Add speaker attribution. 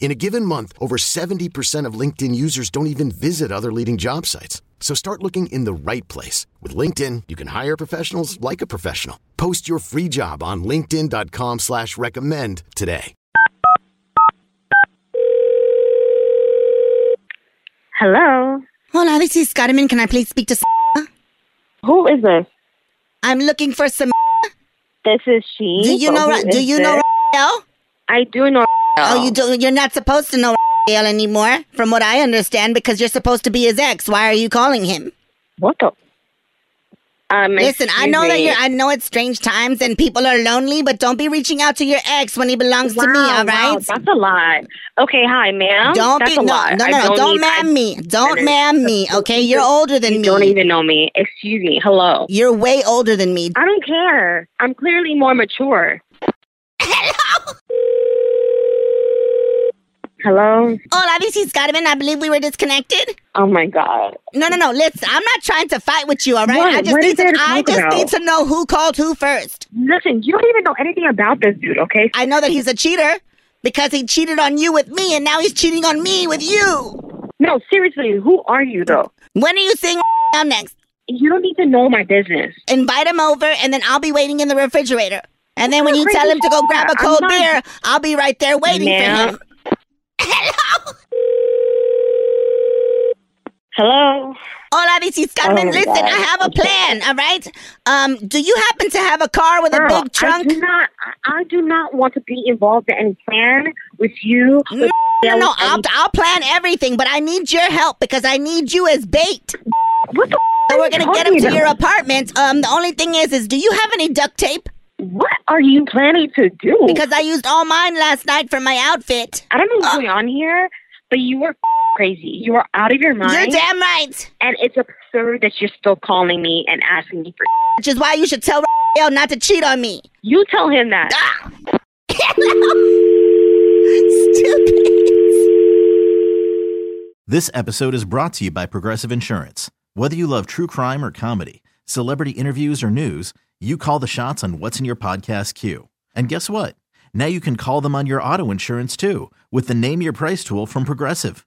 Speaker 1: In a given month, over 70% of LinkedIn users don't even visit other leading job sites. So start looking in the right place. With LinkedIn, you can hire professionals like a professional. Post your free job on linkedin.com slash recommend today.
Speaker 2: Hello.
Speaker 3: Hola, this is Carmen. Can I please speak to Sam?
Speaker 2: Who is this?
Speaker 3: I'm looking for some.
Speaker 2: This is she.
Speaker 3: Do you
Speaker 2: but
Speaker 3: know?
Speaker 2: who
Speaker 3: Ra-
Speaker 2: is
Speaker 3: Do you know
Speaker 2: this?
Speaker 3: Raquel?
Speaker 2: I do know.
Speaker 3: Oh, you do. You're not supposed to know Raquel anymore, from what I understand, because you're supposed to be his ex. Why are you calling him?
Speaker 2: What the? Um,
Speaker 3: Listen, I
Speaker 2: excuse
Speaker 3: know that
Speaker 2: me.
Speaker 3: you're. I know it's strange times and people are lonely, but don't be reaching out to your ex when he belongs
Speaker 2: wow,
Speaker 3: to me.
Speaker 2: wow,
Speaker 3: All right.
Speaker 2: that's a lot. Okay, hi, ma'am.
Speaker 3: Don't
Speaker 2: that's
Speaker 3: be
Speaker 2: a
Speaker 3: no
Speaker 2: lot.
Speaker 3: no
Speaker 2: I
Speaker 3: no no, don't
Speaker 2: need- I
Speaker 3: mam me don't
Speaker 2: better-
Speaker 3: mam me okay you're older than
Speaker 2: You don't
Speaker 3: me
Speaker 2: even know me. Excuse me. Hello.
Speaker 3: you're way older than me
Speaker 2: I don't care. I'm clearly more mature. Hello.
Speaker 3: hola this is Carmen I believe we were disconnected
Speaker 2: Oh my God.
Speaker 3: No, no, no. Listen, I'm not trying to fight with you. All right.
Speaker 2: What?
Speaker 3: I just
Speaker 2: What is
Speaker 3: need
Speaker 2: there
Speaker 3: to.
Speaker 2: to
Speaker 3: I
Speaker 2: talk
Speaker 3: just
Speaker 2: about?
Speaker 3: need to know who called who first.
Speaker 2: Listen, you don't even know anything about this dude. Okay.
Speaker 3: I know that he's a cheater because he cheated on you with me, and now he's cheating on me with you.
Speaker 2: No, seriously. Who are you though?
Speaker 3: When are you seeing down next?
Speaker 2: You don't need to know my business.
Speaker 3: Invite him over, and then I'll be waiting in the refrigerator. And then when you
Speaker 2: crazy
Speaker 3: tell him to go
Speaker 2: shit.
Speaker 3: grab a
Speaker 2: I'm
Speaker 3: cold
Speaker 2: not-
Speaker 3: beer, I'll be right there waiting
Speaker 2: Ma'am?
Speaker 3: for him. Hello.
Speaker 2: Hello.
Speaker 3: Hola, this is
Speaker 2: Oh,
Speaker 3: Carmen.
Speaker 2: my
Speaker 3: Listen,
Speaker 2: God.
Speaker 3: I have a plan. All right. Um, do you happen to have a car with
Speaker 2: Girl,
Speaker 3: a big trunk?
Speaker 2: I do not. I, I do not want to be involved in any plan with you. with
Speaker 3: No,
Speaker 2: Bill,
Speaker 3: no, I'll,
Speaker 2: and-
Speaker 3: I'll plan everything, but I need your help because I need you as bait.
Speaker 2: what the?
Speaker 3: So
Speaker 2: are
Speaker 3: we're
Speaker 2: you
Speaker 3: gonna get
Speaker 2: talking
Speaker 3: him to your
Speaker 2: about?
Speaker 3: apartment. Um, the only thing is, is do you have any duct tape?
Speaker 2: What are you planning to do?
Speaker 3: Because uh, I used all mine last night for my outfit.
Speaker 2: I don't know what's going on here, but you are crazy. You are out of your
Speaker 3: You're
Speaker 2: mind,
Speaker 3: damn right.
Speaker 2: and it's absurd that you're still calling me and asking me for.
Speaker 3: Which is why you should tell Rafael not to cheat on me.
Speaker 2: You tell him that.
Speaker 3: Ah! Stupid.
Speaker 4: This episode is brought to you by Progressive Insurance. Whether you love true crime or comedy, celebrity interviews or news, you call the shots on what's in your podcast queue. And guess what? Now you can call them on your auto insurance too with the Name Your Price tool from Progressive.